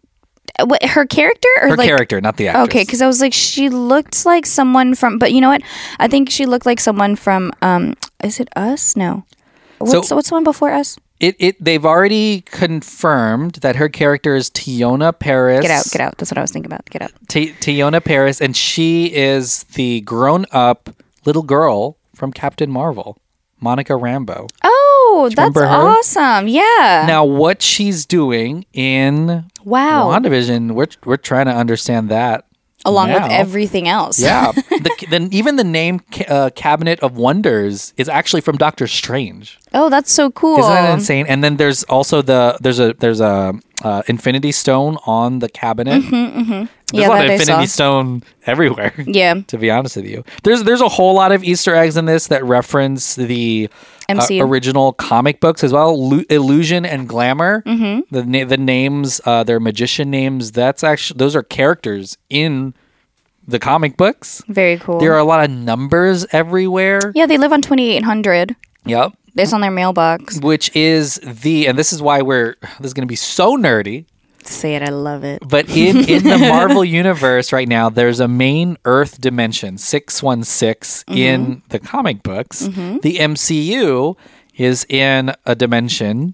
Speaker 2: What her character or
Speaker 1: Her
Speaker 2: like
Speaker 1: character, not the actress.
Speaker 2: Okay, because I was like, she looked like someone from, but you know what? I think she looked like someone from. Um, is it us? No. What's what's the one before us?
Speaker 1: It, it they've already confirmed that her character is Tiona Paris.
Speaker 2: Get out! Get out! That's what I was thinking about. Get out!
Speaker 1: T- Tiona Paris, and she is the grown up little girl from Captain Marvel, Monica Rambo.
Speaker 2: Oh, that's
Speaker 1: remember her?
Speaker 2: awesome! Yeah.
Speaker 1: Now, what she's doing in
Speaker 2: wow.
Speaker 1: WandaVision, we're, we're trying to understand that.
Speaker 2: Along with
Speaker 1: now.
Speaker 2: everything else. <laughs>
Speaker 1: Yeah. the, then even the name ca- uh, Cabinet of Wonders is actually from Doctor Strange.
Speaker 2: Oh, that's so cool.
Speaker 1: Isn't that insane? And then there's also the there's a there's a uh, Infinity Stone on the cabinet. There's
Speaker 2: Mm-hmm. Yeah,
Speaker 1: a lot
Speaker 2: that
Speaker 1: of
Speaker 2: I
Speaker 1: Infinity
Speaker 2: saw.
Speaker 1: Stone everywhere. <laughs>
Speaker 2: yeah.
Speaker 1: to be honest with you. There's there's a whole lot of Easter eggs in this that reference the uh,
Speaker 2: MCU.
Speaker 1: original comic books as well. Lu- Illusion and Glamour, mm-hmm. the na- the names, uh, their magician names. That's actually those are characters in the comic books.
Speaker 2: Very cool.
Speaker 1: There are a lot of numbers everywhere.
Speaker 2: yeah, they live on twenty eight hundred.
Speaker 1: Yep.
Speaker 2: It's on their mailbox.
Speaker 1: Which is the and this is why we're this is going to be so nerdy.
Speaker 2: Say it. I love it.
Speaker 1: But in, in
Speaker 2: <laughs>
Speaker 1: the Marvel universe right now, there's a main Earth dimension, 616,
Speaker 2: Mm-hmm.
Speaker 1: in the comic books. The MCU is in a dimension,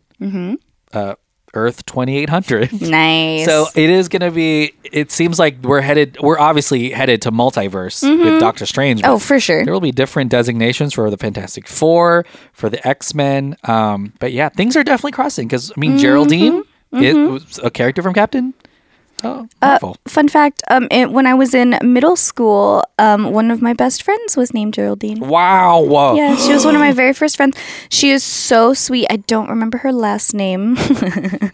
Speaker 1: uh, Earth 2800.
Speaker 2: Mm-hmm. Nice.
Speaker 1: So it is going to be, it seems like we're headed, we're obviously headed to multiverse with Doctor Strange. but
Speaker 2: oh, for sure.
Speaker 1: There will be different designations for the Fantastic Four, for the X Men. Um, but yeah, things are definitely crossing because, I mean,
Speaker 2: Mm-hmm.
Speaker 1: Geraldine it was a character from Captain. Oh,
Speaker 2: Uh,
Speaker 1: Marvel.
Speaker 2: Fun fact: um, it, when I was in middle school, um, one of my best friends was named Geraldine.
Speaker 1: wow. Whoa.
Speaker 2: Yeah, she was one of my very first friends. She is so sweet. I don't remember her last name, <laughs>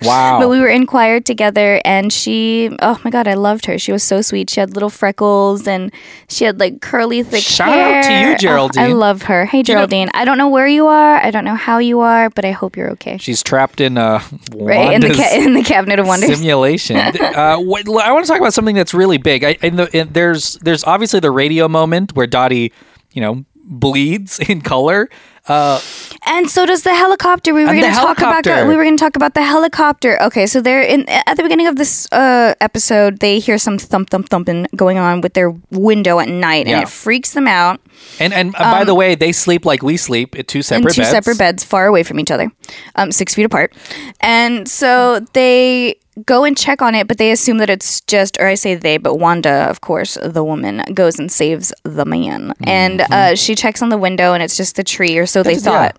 Speaker 1: Wow.
Speaker 2: but
Speaker 1: Oh.
Speaker 2: we were in choir together, and she, oh my god, I loved her. She was so sweet. She had little freckles, and she had like curly, thick
Speaker 1: Shout
Speaker 2: hair.
Speaker 1: out to you,
Speaker 2: Oh, I
Speaker 1: Geraldine.
Speaker 2: love her. Hey, Geraldine. I don't know where you are. I don't know how you are, but I hope you're okay.
Speaker 1: She's trapped in uh,
Speaker 2: right in the
Speaker 1: Wanda's
Speaker 2: ca- in <laughs> the cabinet of wonders. <laughs>
Speaker 1: simulation. uh, what, I want to talk about something that's really big. I, in the, in, there's there's obviously the radio moment where Dottie, you know, bleeds <laughs> in color.
Speaker 2: And so does the helicopter. We were
Speaker 1: And the
Speaker 2: going to talk about
Speaker 1: helicopter.
Speaker 2: that. We were going to talk about the helicopter. Okay, so they're in at the beginning of this uh, episode. They hear some thump thump thumping going on with their window at night,
Speaker 1: Yeah.
Speaker 2: and it freaks them out.
Speaker 1: And and uh, by the way, they sleep like we sleep at two
Speaker 2: Um, in
Speaker 1: separate
Speaker 2: two
Speaker 1: beds.
Speaker 2: separate beds, far away from each other, um, six feet apart. And so they go and check on it, but they assume that it's just, or I say they, but Wanda, of course, the woman, goes and saves the man, and uh, she checks on the window, and it's just the tree, or so they
Speaker 1: That's- Mm-hmm. yeah.
Speaker 2: thought.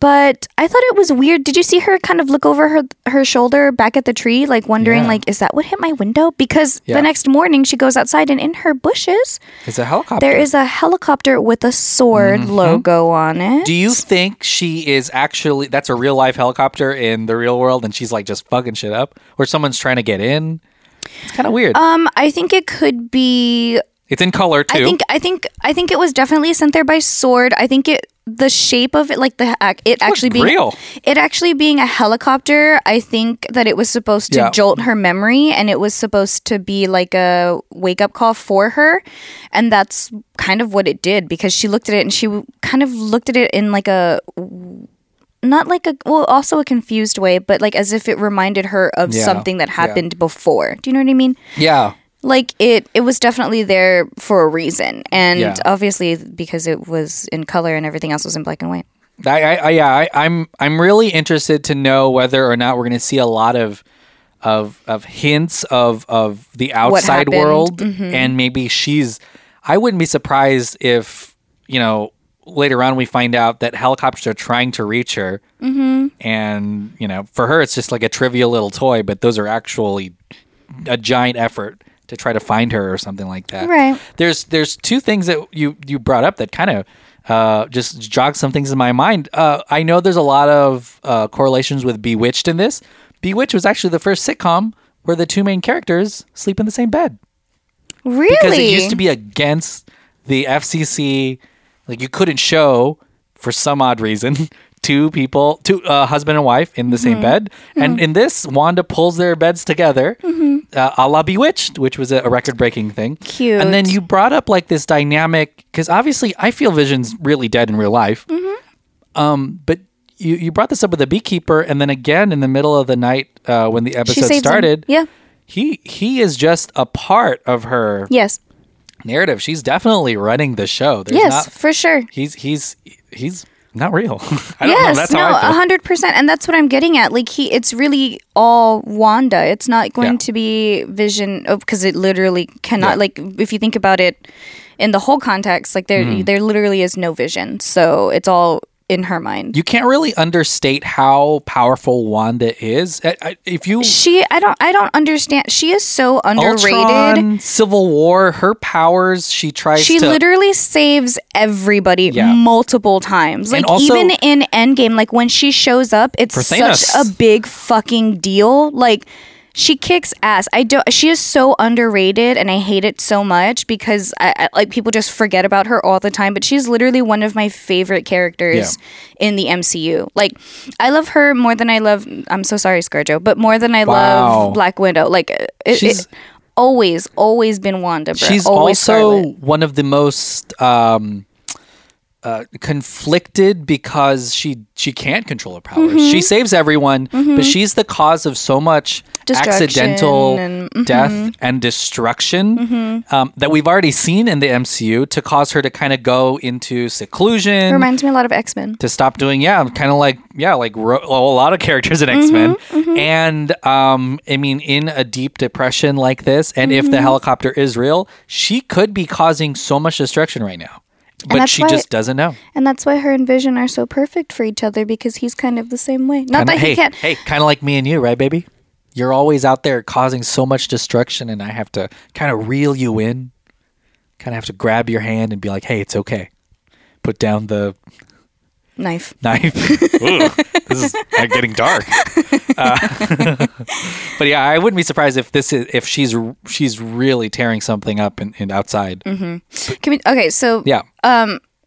Speaker 2: But I thought it was weird. Did you see her kind of look over her her shoulder back at the tree, like wondering,
Speaker 1: Yeah.
Speaker 2: like, is that what hit my window? Because
Speaker 1: Yeah.
Speaker 2: the next morning she goes outside, and in her bushes
Speaker 1: It's a helicopter.
Speaker 2: there is a helicopter with a sword
Speaker 1: Mm-hmm.
Speaker 2: logo on it.
Speaker 1: Do you think she is actually that's a real life helicopter in the real world and she's like just fucking shit up or someone's trying to get in? It's kind of weird.
Speaker 2: Um, I think it could be.
Speaker 1: it's in color too.
Speaker 2: I think I think I think it was definitely sent there by sword. I think it the shape of it, like the ac- it actually being
Speaker 1: real.
Speaker 2: it actually being a helicopter. I think that it was supposed to
Speaker 1: Yeah.
Speaker 2: jolt her memory, and it was supposed to be like a wake up call for her, and that's kind of what it did because she looked at it and she w- kind of looked at it in like a not like a well also a confused way but like as if it reminded her of
Speaker 1: Yeah.
Speaker 2: something that
Speaker 1: Yeah.
Speaker 2: happened before do you know what i mean
Speaker 1: yeah.
Speaker 2: like it it was definitely there for a reason and
Speaker 1: Yeah.
Speaker 2: obviously because it was in color and everything else was in black and white
Speaker 1: I, I, I yeah, I, I'm I'm really interested to know whether or not we're going to see a lot of of of hints of of the outside
Speaker 2: happened.
Speaker 1: world, and maybe she's. I wouldn't be surprised if you know later on we find out that helicopters are trying to reach her, and you know for her it's just like a trivial little toy, but those are actually a giant effort to try to find her or something like that.
Speaker 2: Right.
Speaker 1: There's there's two things that you you brought up that kind of uh, just jogged some things in my mind. Uh, I know there's a lot of uh, correlations with Bewitched in this. Bewitched was actually the first sitcom where the two main characters sleep in the same bed
Speaker 2: really
Speaker 1: because it used to be against the FCC. Like you couldn't show for some odd reason <laughs> two people, two uh, husband and wife in the
Speaker 2: Mm-hmm.
Speaker 1: same bed. And in this, Wanda pulls their beds together,
Speaker 2: Mm-hmm.
Speaker 1: uh, a la Bewitched, which was a, a record-breaking thing.
Speaker 2: Cute.
Speaker 1: And then you brought up like this dynamic because obviously I feel Vision's really dead in real life.
Speaker 2: Mm-hmm.
Speaker 1: Um, but. You, you brought this up with the beekeeper, and then again in the middle of the night uh, when the episode
Speaker 2: saves him.
Speaker 1: started,
Speaker 2: Yeah.
Speaker 1: he he is just a part of her
Speaker 2: yes
Speaker 1: narrative. She's definitely running the show. There's
Speaker 2: yes
Speaker 1: not,
Speaker 2: for sure
Speaker 1: he's he's he's not real. <laughs> I don't know.
Speaker 2: yes
Speaker 1: That's
Speaker 2: no
Speaker 1: how I feel.
Speaker 2: 100% and that's what i'm getting at like he it's really all wanda it's not going
Speaker 1: Yeah.
Speaker 2: to be vision because it literally
Speaker 1: Yeah.
Speaker 2: cannot like if you think about it in the whole context like there
Speaker 1: Mm-hmm.
Speaker 2: there literally is no vision so it's all in her mind
Speaker 1: you can't really understate how powerful Wanda is. I, I, if you
Speaker 2: she i don't i don't understand she is so underrated
Speaker 1: Ultron, Civil War, her powers, she tries
Speaker 2: She
Speaker 1: to
Speaker 2: literally saves everybody
Speaker 1: Yeah.
Speaker 2: multiple times.
Speaker 1: And
Speaker 2: Like
Speaker 1: also-
Speaker 2: even in Endgame, like when she shows up, it's
Speaker 1: For
Speaker 2: such
Speaker 1: Thanos.
Speaker 2: a big fucking deal. Like she kicks ass. I don't. She is so underrated, and I hate it so much because I, I like people just forget about her all the time. But she's literally one of my favorite characters in the MCU. Like I love her more than I love. I'm so sorry, ScarJo, but more than I
Speaker 1: Wow.
Speaker 2: love Black Widow. Like it,
Speaker 1: She's-
Speaker 2: it always, always been Wanda. Bro.
Speaker 1: She's
Speaker 2: always
Speaker 1: also
Speaker 2: Scarlet.
Speaker 1: one of the most um, uh, conflicted because she she can't control her powers.
Speaker 2: Mm-hmm.
Speaker 1: She saves everyone, but she's the cause of so much
Speaker 2: Destruction
Speaker 1: accidental
Speaker 2: and- mm-hmm.
Speaker 1: death and destruction um, that we've already seen in the MCU to cause her to kind of go into seclusion.
Speaker 2: Reminds me a lot of X Men.
Speaker 1: to stop doing yeah kind of like yeah like ro- a lot of characters in x-men
Speaker 2: Mm-hmm,
Speaker 1: and um i mean in a deep depression like this and if
Speaker 2: Mm-hmm.
Speaker 1: the helicopter is real she could be causing so much destruction right now but
Speaker 2: that's
Speaker 1: she
Speaker 2: why-
Speaker 1: just doesn't know
Speaker 2: And that's why her and Vision are so perfect for each other because he's kind of the same way. Not
Speaker 1: Kinda-
Speaker 2: that
Speaker 1: hey
Speaker 2: he can't.
Speaker 1: hey kind of like me and you right baby you're always out there causing so much destruction and i have to kind of reel you in kind of have to grab your hand and be like hey it's okay put down the
Speaker 2: Knife.
Speaker 1: knife. <laughs> Ooh, this is like, getting dark. Uh, <laughs> but yeah, I wouldn't be surprised if this is if she's she's really tearing something up and, and outside.
Speaker 2: Mm-hmm. Can we, okay, so
Speaker 1: Yeah,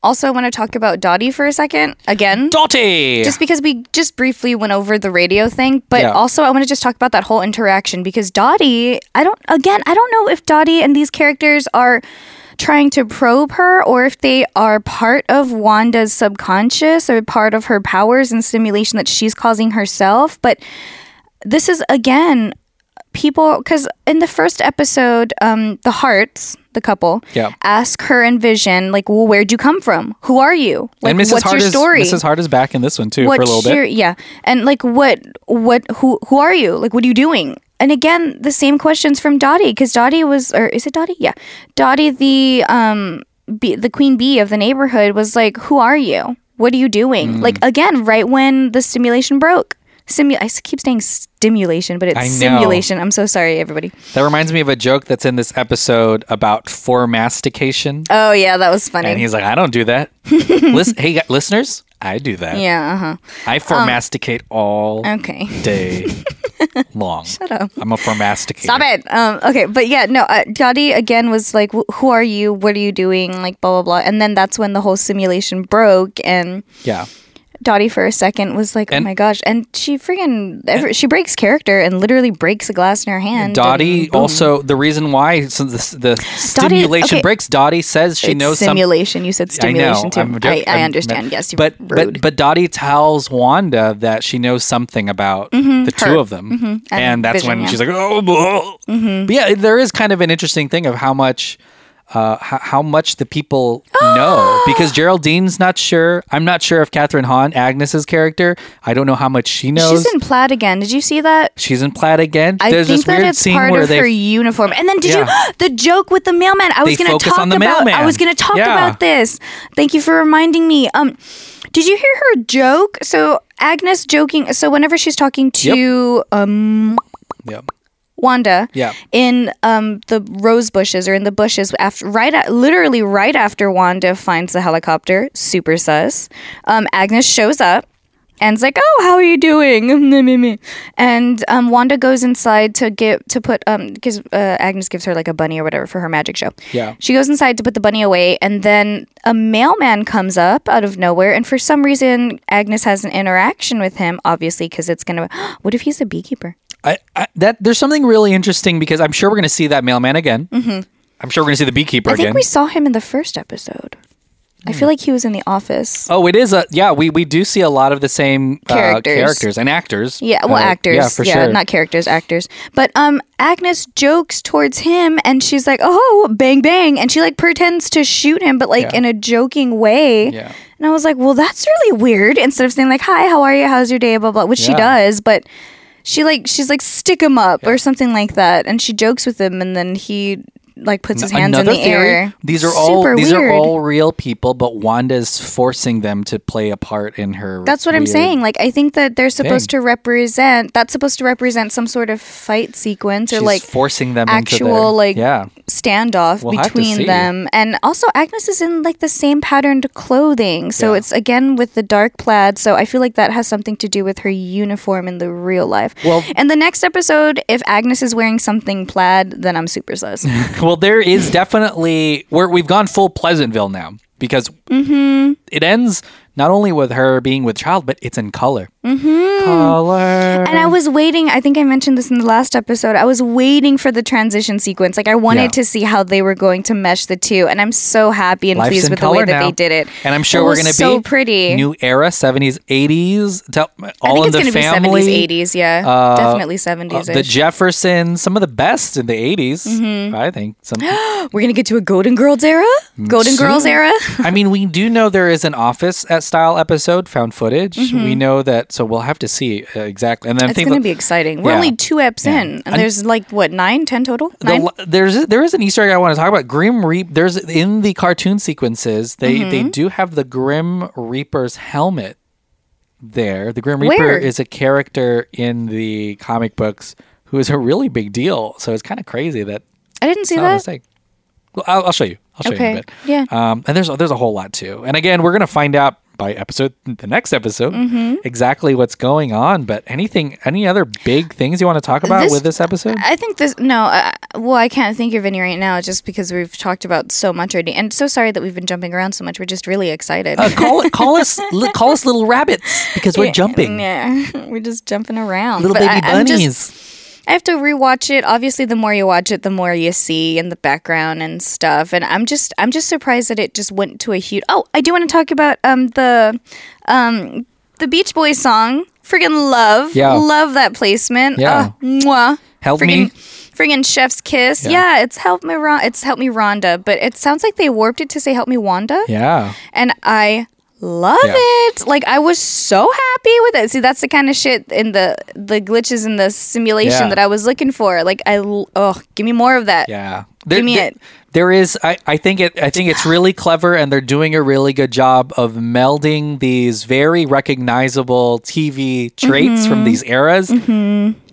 Speaker 2: also I want to talk about Dottie for a second again.
Speaker 1: Dottie.
Speaker 2: just because we just briefly went over the radio thing, but
Speaker 1: Yeah.
Speaker 2: also I want to just talk about that whole interaction because Dottie, I don't, again, I don't know if Dottie and these characters are trying to probe her or if they are part of Wanda's subconscious or part of her powers and stimulation that she's causing herself. But this is, again, people, because in the first episode, um, the hearts, the couple,
Speaker 1: Yeah.
Speaker 2: ask her and Vision, like, well, where'd you come from? Who are you? Like,
Speaker 1: and Mrs.
Speaker 2: what's
Speaker 1: Hart
Speaker 2: your
Speaker 1: is
Speaker 2: story?
Speaker 1: Mrs. Hart is back in this one too for a little
Speaker 2: what's
Speaker 1: bit.
Speaker 2: your yeah and like what what who who are you like what are you doing and again the same questions from dottie because dottie was or is it dottie yeah dottie the um bee, the queen bee of the neighborhood was like who are you what are you doing
Speaker 1: Mm.
Speaker 2: like again right when the stimulation broke Simu- I s- keep saying stimulation, but
Speaker 1: I
Speaker 2: it's
Speaker 1: know.
Speaker 2: simulation. I'm so sorry, everybody.
Speaker 1: That reminds me of a joke that's in this episode about formastication.
Speaker 2: Oh yeah, that was funny.
Speaker 1: And he's like, I don't do
Speaker 2: <laughs>
Speaker 1: that. Listen, hey, gu- listeners, I do that.
Speaker 2: yeah.
Speaker 1: I formasticate all
Speaker 2: Uh-huh. Okay. <laughs>
Speaker 1: day long. Shut
Speaker 2: up.
Speaker 1: I'm a formasticator.
Speaker 2: Stop it. Um, okay, but yeah, no. Uh, Dottie again was like, "Wh- "Who are you? What are you doing?" Like blah blah blah. And then that's when the whole simulation broke, and
Speaker 1: Yeah.
Speaker 2: Dottie for a second was like,
Speaker 1: And-
Speaker 2: "Oh my gosh!" And she freaking ever she breaks character and literally breaks a glass in her hand.
Speaker 1: Dottie
Speaker 2: and boom.
Speaker 1: also the reason why so the, the stimulation
Speaker 2: okay.
Speaker 1: breaks. Dottie says she
Speaker 2: It's
Speaker 1: knows something.
Speaker 2: simulation. you said stimulation too.
Speaker 1: I'm
Speaker 2: I,
Speaker 1: joking.
Speaker 2: I
Speaker 1: I'm-
Speaker 2: understand. yes, you
Speaker 1: but
Speaker 2: rude.
Speaker 1: but but Dottie tells Wanda that she knows something about the two
Speaker 2: Mm-hmm, her.
Speaker 1: of them, and,
Speaker 2: And
Speaker 1: that's
Speaker 2: Vision,
Speaker 1: when
Speaker 2: yeah. Mm-hmm.
Speaker 1: she's like, "Oh, blah." But yeah." There is kind of an interesting thing of how much. Uh, how, how much the people
Speaker 2: <gasps>
Speaker 1: know because Geraldine's not sure. I'm not sure if Catherine Hahn, Agnes's character, I don't know how much she knows.
Speaker 2: she's in plaid again. Did you see that?
Speaker 1: She's in plaid again.
Speaker 2: I
Speaker 1: There's
Speaker 2: think
Speaker 1: this weird
Speaker 2: that it's
Speaker 1: scene
Speaker 2: part
Speaker 1: where
Speaker 2: of
Speaker 1: they
Speaker 2: her uniform. And then did
Speaker 1: Yeah.
Speaker 2: you <gasps> the joke with the mailman? I
Speaker 1: They
Speaker 2: was going to
Speaker 1: focus
Speaker 2: talk
Speaker 1: on the
Speaker 2: about
Speaker 1: mailman.
Speaker 2: I was going to talk
Speaker 1: Yeah.
Speaker 2: about this. Thank you for reminding me. Um did you hear her joke? So Agnes joking so whenever she's talking to um
Speaker 1: Yep.
Speaker 2: Wanda
Speaker 1: Yeah.
Speaker 2: in um the rose bushes or in the bushes after right at, literally right after Wanda finds the helicopter, super sus. Um Agnes shows up and's like, "Oh, how are you doing?" <laughs> And um, Wanda goes inside to get to put um because uh, Agnes gives her like a bunny or whatever for her magic show.
Speaker 1: Yeah.
Speaker 2: She goes inside to put the bunny away, and then a mailman comes up out of nowhere, and for some reason Agnes has an interaction with him, obviously because it's gonna. <gasps> what if he's a beekeeper?
Speaker 1: I, I, that there's something really interesting because I'm sure we're going to see that mailman again. Mm-hmm. I'm sure we're going to see the beekeeper
Speaker 2: I
Speaker 1: again.
Speaker 2: think we saw him in the first episode. I feel like he was in the office.
Speaker 1: oh, it is a yeah. We we do see a lot of the same
Speaker 2: Characters.
Speaker 1: uh, characters and actors.
Speaker 2: Yeah, well,
Speaker 1: Uh,
Speaker 2: actors.
Speaker 1: Yeah, for sure.
Speaker 2: Not characters, actors. But um, Agnes jokes towards him, and she's like, "Oh, bang, bang," and she like pretends to shoot him, but like
Speaker 1: Yeah.
Speaker 2: in a joking way.
Speaker 1: Yeah.
Speaker 2: And I was like, "Well, that's really weird." Instead of saying like, "Hi, how are you? How's your day?" Blah blah, which she
Speaker 1: Yeah.
Speaker 2: does, but she like she's like stick him up or something like that, and she jokes with him, and then he like puts his hands in
Speaker 1: Another
Speaker 2: the
Speaker 1: theory.
Speaker 2: air.
Speaker 1: These are all
Speaker 2: Super
Speaker 1: these
Speaker 2: weird.
Speaker 1: are all real people, but Wanda's forcing them to play a part in her.
Speaker 2: That's what I'm
Speaker 1: weird-
Speaker 2: saying. Like, I think that they're supposed to represent. That's supposed to represent some sort of fight sequence or
Speaker 1: She's
Speaker 2: like
Speaker 1: forcing them into their,
Speaker 2: actual like
Speaker 1: yeah.
Speaker 2: standoff
Speaker 1: We'll have to see.
Speaker 2: between them. And also, Agnes is in like the same patterned clothing, so
Speaker 1: Yeah.
Speaker 2: it's again with the dark plaid. So I feel like that has something to do with her uniform in the real life.
Speaker 1: Well-
Speaker 2: and the next episode, if Agnes is wearing something plaid, then I'm
Speaker 1: <laughs>
Speaker 2: super sus.
Speaker 1: well, there is definitely where we've gone full Pleasantville now because
Speaker 2: Mm-hmm.
Speaker 1: it ends not only with her being with child, but it's in color. Mm-hmm. Color.
Speaker 2: And I was waiting. I think I mentioned this in the last episode. I was waiting for the transition sequence. Like I wanted
Speaker 1: Yeah.
Speaker 2: to see how they were going to mesh the two, and I'm so happy and
Speaker 1: Life's
Speaker 2: pleased
Speaker 1: in
Speaker 2: with the way
Speaker 1: color
Speaker 2: that
Speaker 1: now.
Speaker 2: they did it.
Speaker 1: And I'm sure
Speaker 2: It
Speaker 1: we're
Speaker 2: was
Speaker 1: going to
Speaker 2: so
Speaker 1: be
Speaker 2: pretty.
Speaker 1: New era, 70s, 80s, tell-
Speaker 2: I
Speaker 1: all
Speaker 2: think
Speaker 1: in
Speaker 2: it's
Speaker 1: the
Speaker 2: going to be
Speaker 1: family.
Speaker 2: 70s, 80s. Yeah,
Speaker 1: uh,
Speaker 2: definitely
Speaker 1: uh,
Speaker 2: 70s.
Speaker 1: the Jeffersons, some of the best in the 80s,
Speaker 2: Mm-hmm.
Speaker 1: I think.
Speaker 2: <gasps>
Speaker 1: Some,
Speaker 2: we're gonna get to a Golden Girls era. Golden Girls
Speaker 1: Mm, soon.
Speaker 2: era.
Speaker 1: I mean, we do know there is an office at style episode, found footage. We know that, so we'll have to see uh, exactly. And then I
Speaker 2: Mm-hmm. It's
Speaker 1: think
Speaker 2: going to
Speaker 1: the-
Speaker 2: be exciting. We're
Speaker 1: Yeah.
Speaker 2: only two eps
Speaker 1: Yeah.
Speaker 2: in,
Speaker 1: And-
Speaker 2: and there's like what nine, ten total.
Speaker 1: the,
Speaker 2: Nine.
Speaker 1: li- there's there is an Easter egg I want to talk about. Grim Reap. There's in the cartoon sequences they
Speaker 2: Mm-hmm.
Speaker 1: they do have the Grim Reaper's helmet there. The Grim Reaper
Speaker 2: Where?
Speaker 1: is a character in the comic books who is a really big deal. So it's kind of crazy that
Speaker 2: I didn't see
Speaker 1: it's not a
Speaker 2: that.
Speaker 1: mistake. Well, I'll, I'll show you. I'll show you in
Speaker 2: Okay.
Speaker 1: a bit.
Speaker 2: Yeah.
Speaker 1: Um, and there's there's a whole lot too. And again, we're gonna find out by episode the next episode
Speaker 2: Mm-hmm.
Speaker 1: exactly what's going on. But anything any other big things you want to talk about
Speaker 2: This-
Speaker 1: with this episode?
Speaker 2: I think this no. Uh, well, I can't think of any right now, just because we've talked about so much already, and so sorry that we've been jumping around so much. We're just really excited. <laughs>
Speaker 1: Uh, call call us li- call us little rabbits because we're jumping.
Speaker 2: yeah, <laughs> we're just jumping around.
Speaker 1: Little
Speaker 2: But
Speaker 1: baby
Speaker 2: I- I'm just-
Speaker 1: bunnies.
Speaker 2: I have to rewatch it. Obviously, the more you watch it, the more you see in the background and stuff. And I'm just I'm just surprised that it just went to a huge. Oh, I do want to talk about um the um the Beach Boys song. Freaking love,
Speaker 1: Yeah.
Speaker 2: love that placement.
Speaker 1: Yeah.
Speaker 2: Uh, mwah.
Speaker 1: Help me.
Speaker 2: Friggin- Friggin' Chef's Kiss.
Speaker 1: Yeah.
Speaker 2: Yeah. it's help me. Ron- it's help me Rhonda, but it sounds like they warped it to say help me Wanda,
Speaker 1: Yeah.
Speaker 2: and I love
Speaker 1: Yeah.
Speaker 2: it. Like I was so happy with it. See, that's the kind of shit in the the glitches in the simulation
Speaker 1: Yeah.
Speaker 2: that I was looking for. Like I l- oh, give me more of that.
Speaker 1: Yeah. There,
Speaker 2: Give me
Speaker 1: there-
Speaker 2: it.
Speaker 1: There is I, I think it I think
Speaker 2: <sighs>
Speaker 1: it's really clever and they're doing a really good job of melding these very recognizable TV traits
Speaker 2: Mm-hmm.
Speaker 1: from these eras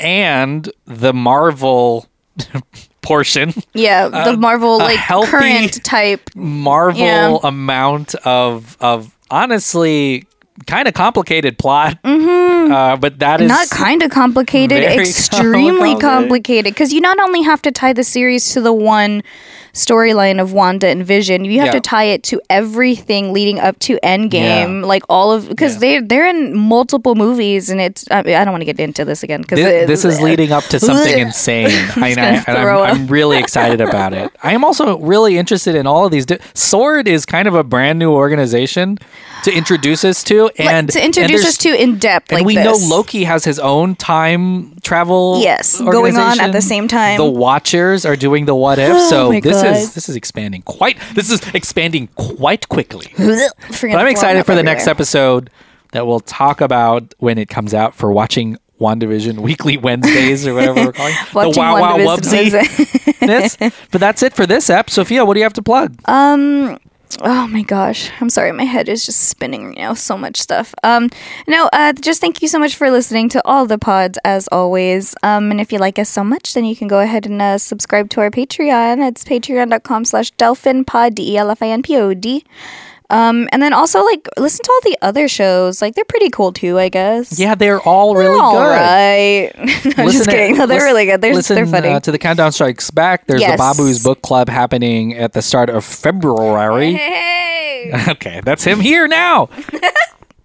Speaker 1: and the Marvel <laughs> portion
Speaker 2: Yeah, the Marvel
Speaker 1: Uh, a
Speaker 2: like
Speaker 1: healthy-
Speaker 2: current type.
Speaker 1: Marvel
Speaker 2: Yeah.
Speaker 1: amount of of honestly kind of complicated plot. Uh, but that is
Speaker 2: Mm-hmm. Not kind of complicated,
Speaker 1: very <laughs>
Speaker 2: extremely
Speaker 1: complicated.
Speaker 2: complicated. Because you not only have to tie the series to the one storyline of Wanda and Vision, you have
Speaker 1: Yeah.
Speaker 2: to tie it to everything leading up to Endgame, like all of because they they're in multiple movies, and it's I, mean, I don't want to get into this again because
Speaker 1: Thi- this
Speaker 2: <laughs>
Speaker 1: is leading up to something insane. I, and I, and
Speaker 2: throw
Speaker 1: I'm,
Speaker 2: up.
Speaker 1: I'm
Speaker 2: <laughs>
Speaker 1: really excited about it. I am also really interested in all of these. Di- Sword is kind of a brand new organization to introduce us to, and
Speaker 2: to
Speaker 1: and
Speaker 2: introduce
Speaker 1: there's-
Speaker 2: us to in depth.
Speaker 1: And
Speaker 2: Like
Speaker 1: we
Speaker 2: this.
Speaker 1: know Loki has his own time travel.
Speaker 2: Yes, going on at the
Speaker 1: organization.
Speaker 2: same time. Oh
Speaker 1: The Watchers are doing the what
Speaker 2: <gasps>
Speaker 1: if. so
Speaker 2: my
Speaker 1: this is
Speaker 2: God.
Speaker 1: this is expanding quite. This is expanding quite quickly.
Speaker 2: Freaking
Speaker 1: But I'm
Speaker 2: blowing
Speaker 1: excited
Speaker 2: up
Speaker 1: for the next
Speaker 2: everywhere.
Speaker 1: episode that we'll talk about when it comes out for watching WandaVision <laughs> Weekly Wednesdays or whatever we're calling it. the
Speaker 2: Watching
Speaker 1: Wow Wow
Speaker 2: WandaVision
Speaker 1: Wubsy. but that's it for this ep. Sophia, what do you have to plug?
Speaker 2: Uh, Oh my gosh. I'm sorry. My head is just spinning right now. So much stuff. Um, no, uh, just thank you so much for listening to all the pods as always. Um, and if you like us so much, then you can go ahead and uh, subscribe to our Patreon. It's patreon.com slash delphinpod, E D-E-L-F-I-N-P-O-D. Um, and then also like listen to all the other shows. Like they're pretty cool too, I guess.
Speaker 1: yeah, they're all really
Speaker 2: All
Speaker 1: good.
Speaker 2: right. uh, <laughs> I'm just
Speaker 1: Listen-
Speaker 2: kidding. No, they're
Speaker 1: lis-
Speaker 2: really good. They're,
Speaker 1: listen,
Speaker 2: they're funny.
Speaker 1: uh, to the Countdown Strikes Back. There's
Speaker 2: Yes.
Speaker 1: the Babu's Book Club happening at the start of February.
Speaker 2: hey.
Speaker 1: <laughs> okay, that's him here
Speaker 2: <laughs>
Speaker 1: now.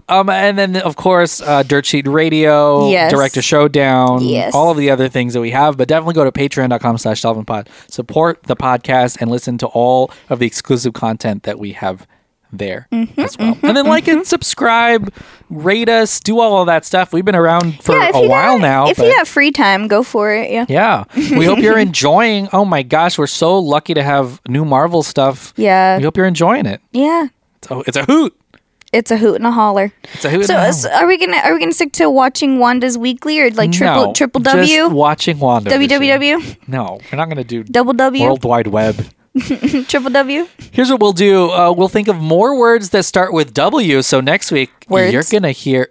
Speaker 1: um, and then of course, uh, Dirt Sheet Radio,
Speaker 2: Yes.
Speaker 1: Director Showdown,
Speaker 2: Yes.
Speaker 1: all of the other things that we have. But definitely go to Patreon.com/slash Delvin Pod, support the podcast, and listen to all of the exclusive content that we have there
Speaker 2: Mm-hmm,
Speaker 1: as well. and then like and subscribe, rate us, do all of that stuff. We've been around for
Speaker 2: Yeah, if
Speaker 1: a
Speaker 2: you
Speaker 1: while
Speaker 2: got-
Speaker 1: now.
Speaker 2: If
Speaker 1: but-
Speaker 2: you have free time, go for it. Yeah.
Speaker 1: yeah. We hope
Speaker 2: <laughs>
Speaker 1: you're enjoying. Oh my gosh, we're so lucky to have new Marvel stuff.
Speaker 2: Yeah.
Speaker 1: We hope you're enjoying it.
Speaker 2: Yeah.
Speaker 1: It's a, it's a hoot.
Speaker 2: It's a hoot and a holler.
Speaker 1: It's a hoot.
Speaker 2: So,
Speaker 1: and a hoot.
Speaker 2: so are we gonna are we gonna stick to watching Wanda's weekly or like triple
Speaker 1: No,
Speaker 2: triple
Speaker 1: just
Speaker 2: W
Speaker 1: watching Wanda.
Speaker 2: www
Speaker 1: No, we're not going to do
Speaker 2: double W
Speaker 1: World Wide Web.
Speaker 2: <laughs> triple W?
Speaker 1: Here's what we'll do. Uh, we'll think of more words that start with W. So next week
Speaker 2: Words.
Speaker 1: you're going to
Speaker 2: <laughs>
Speaker 1: hear.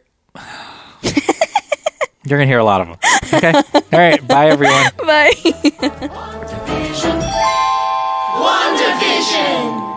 Speaker 1: you're going to hear a lot of them.
Speaker 2: <laughs>
Speaker 1: Okay. All right. Bye, everyone.
Speaker 2: Bye.
Speaker 3: One division.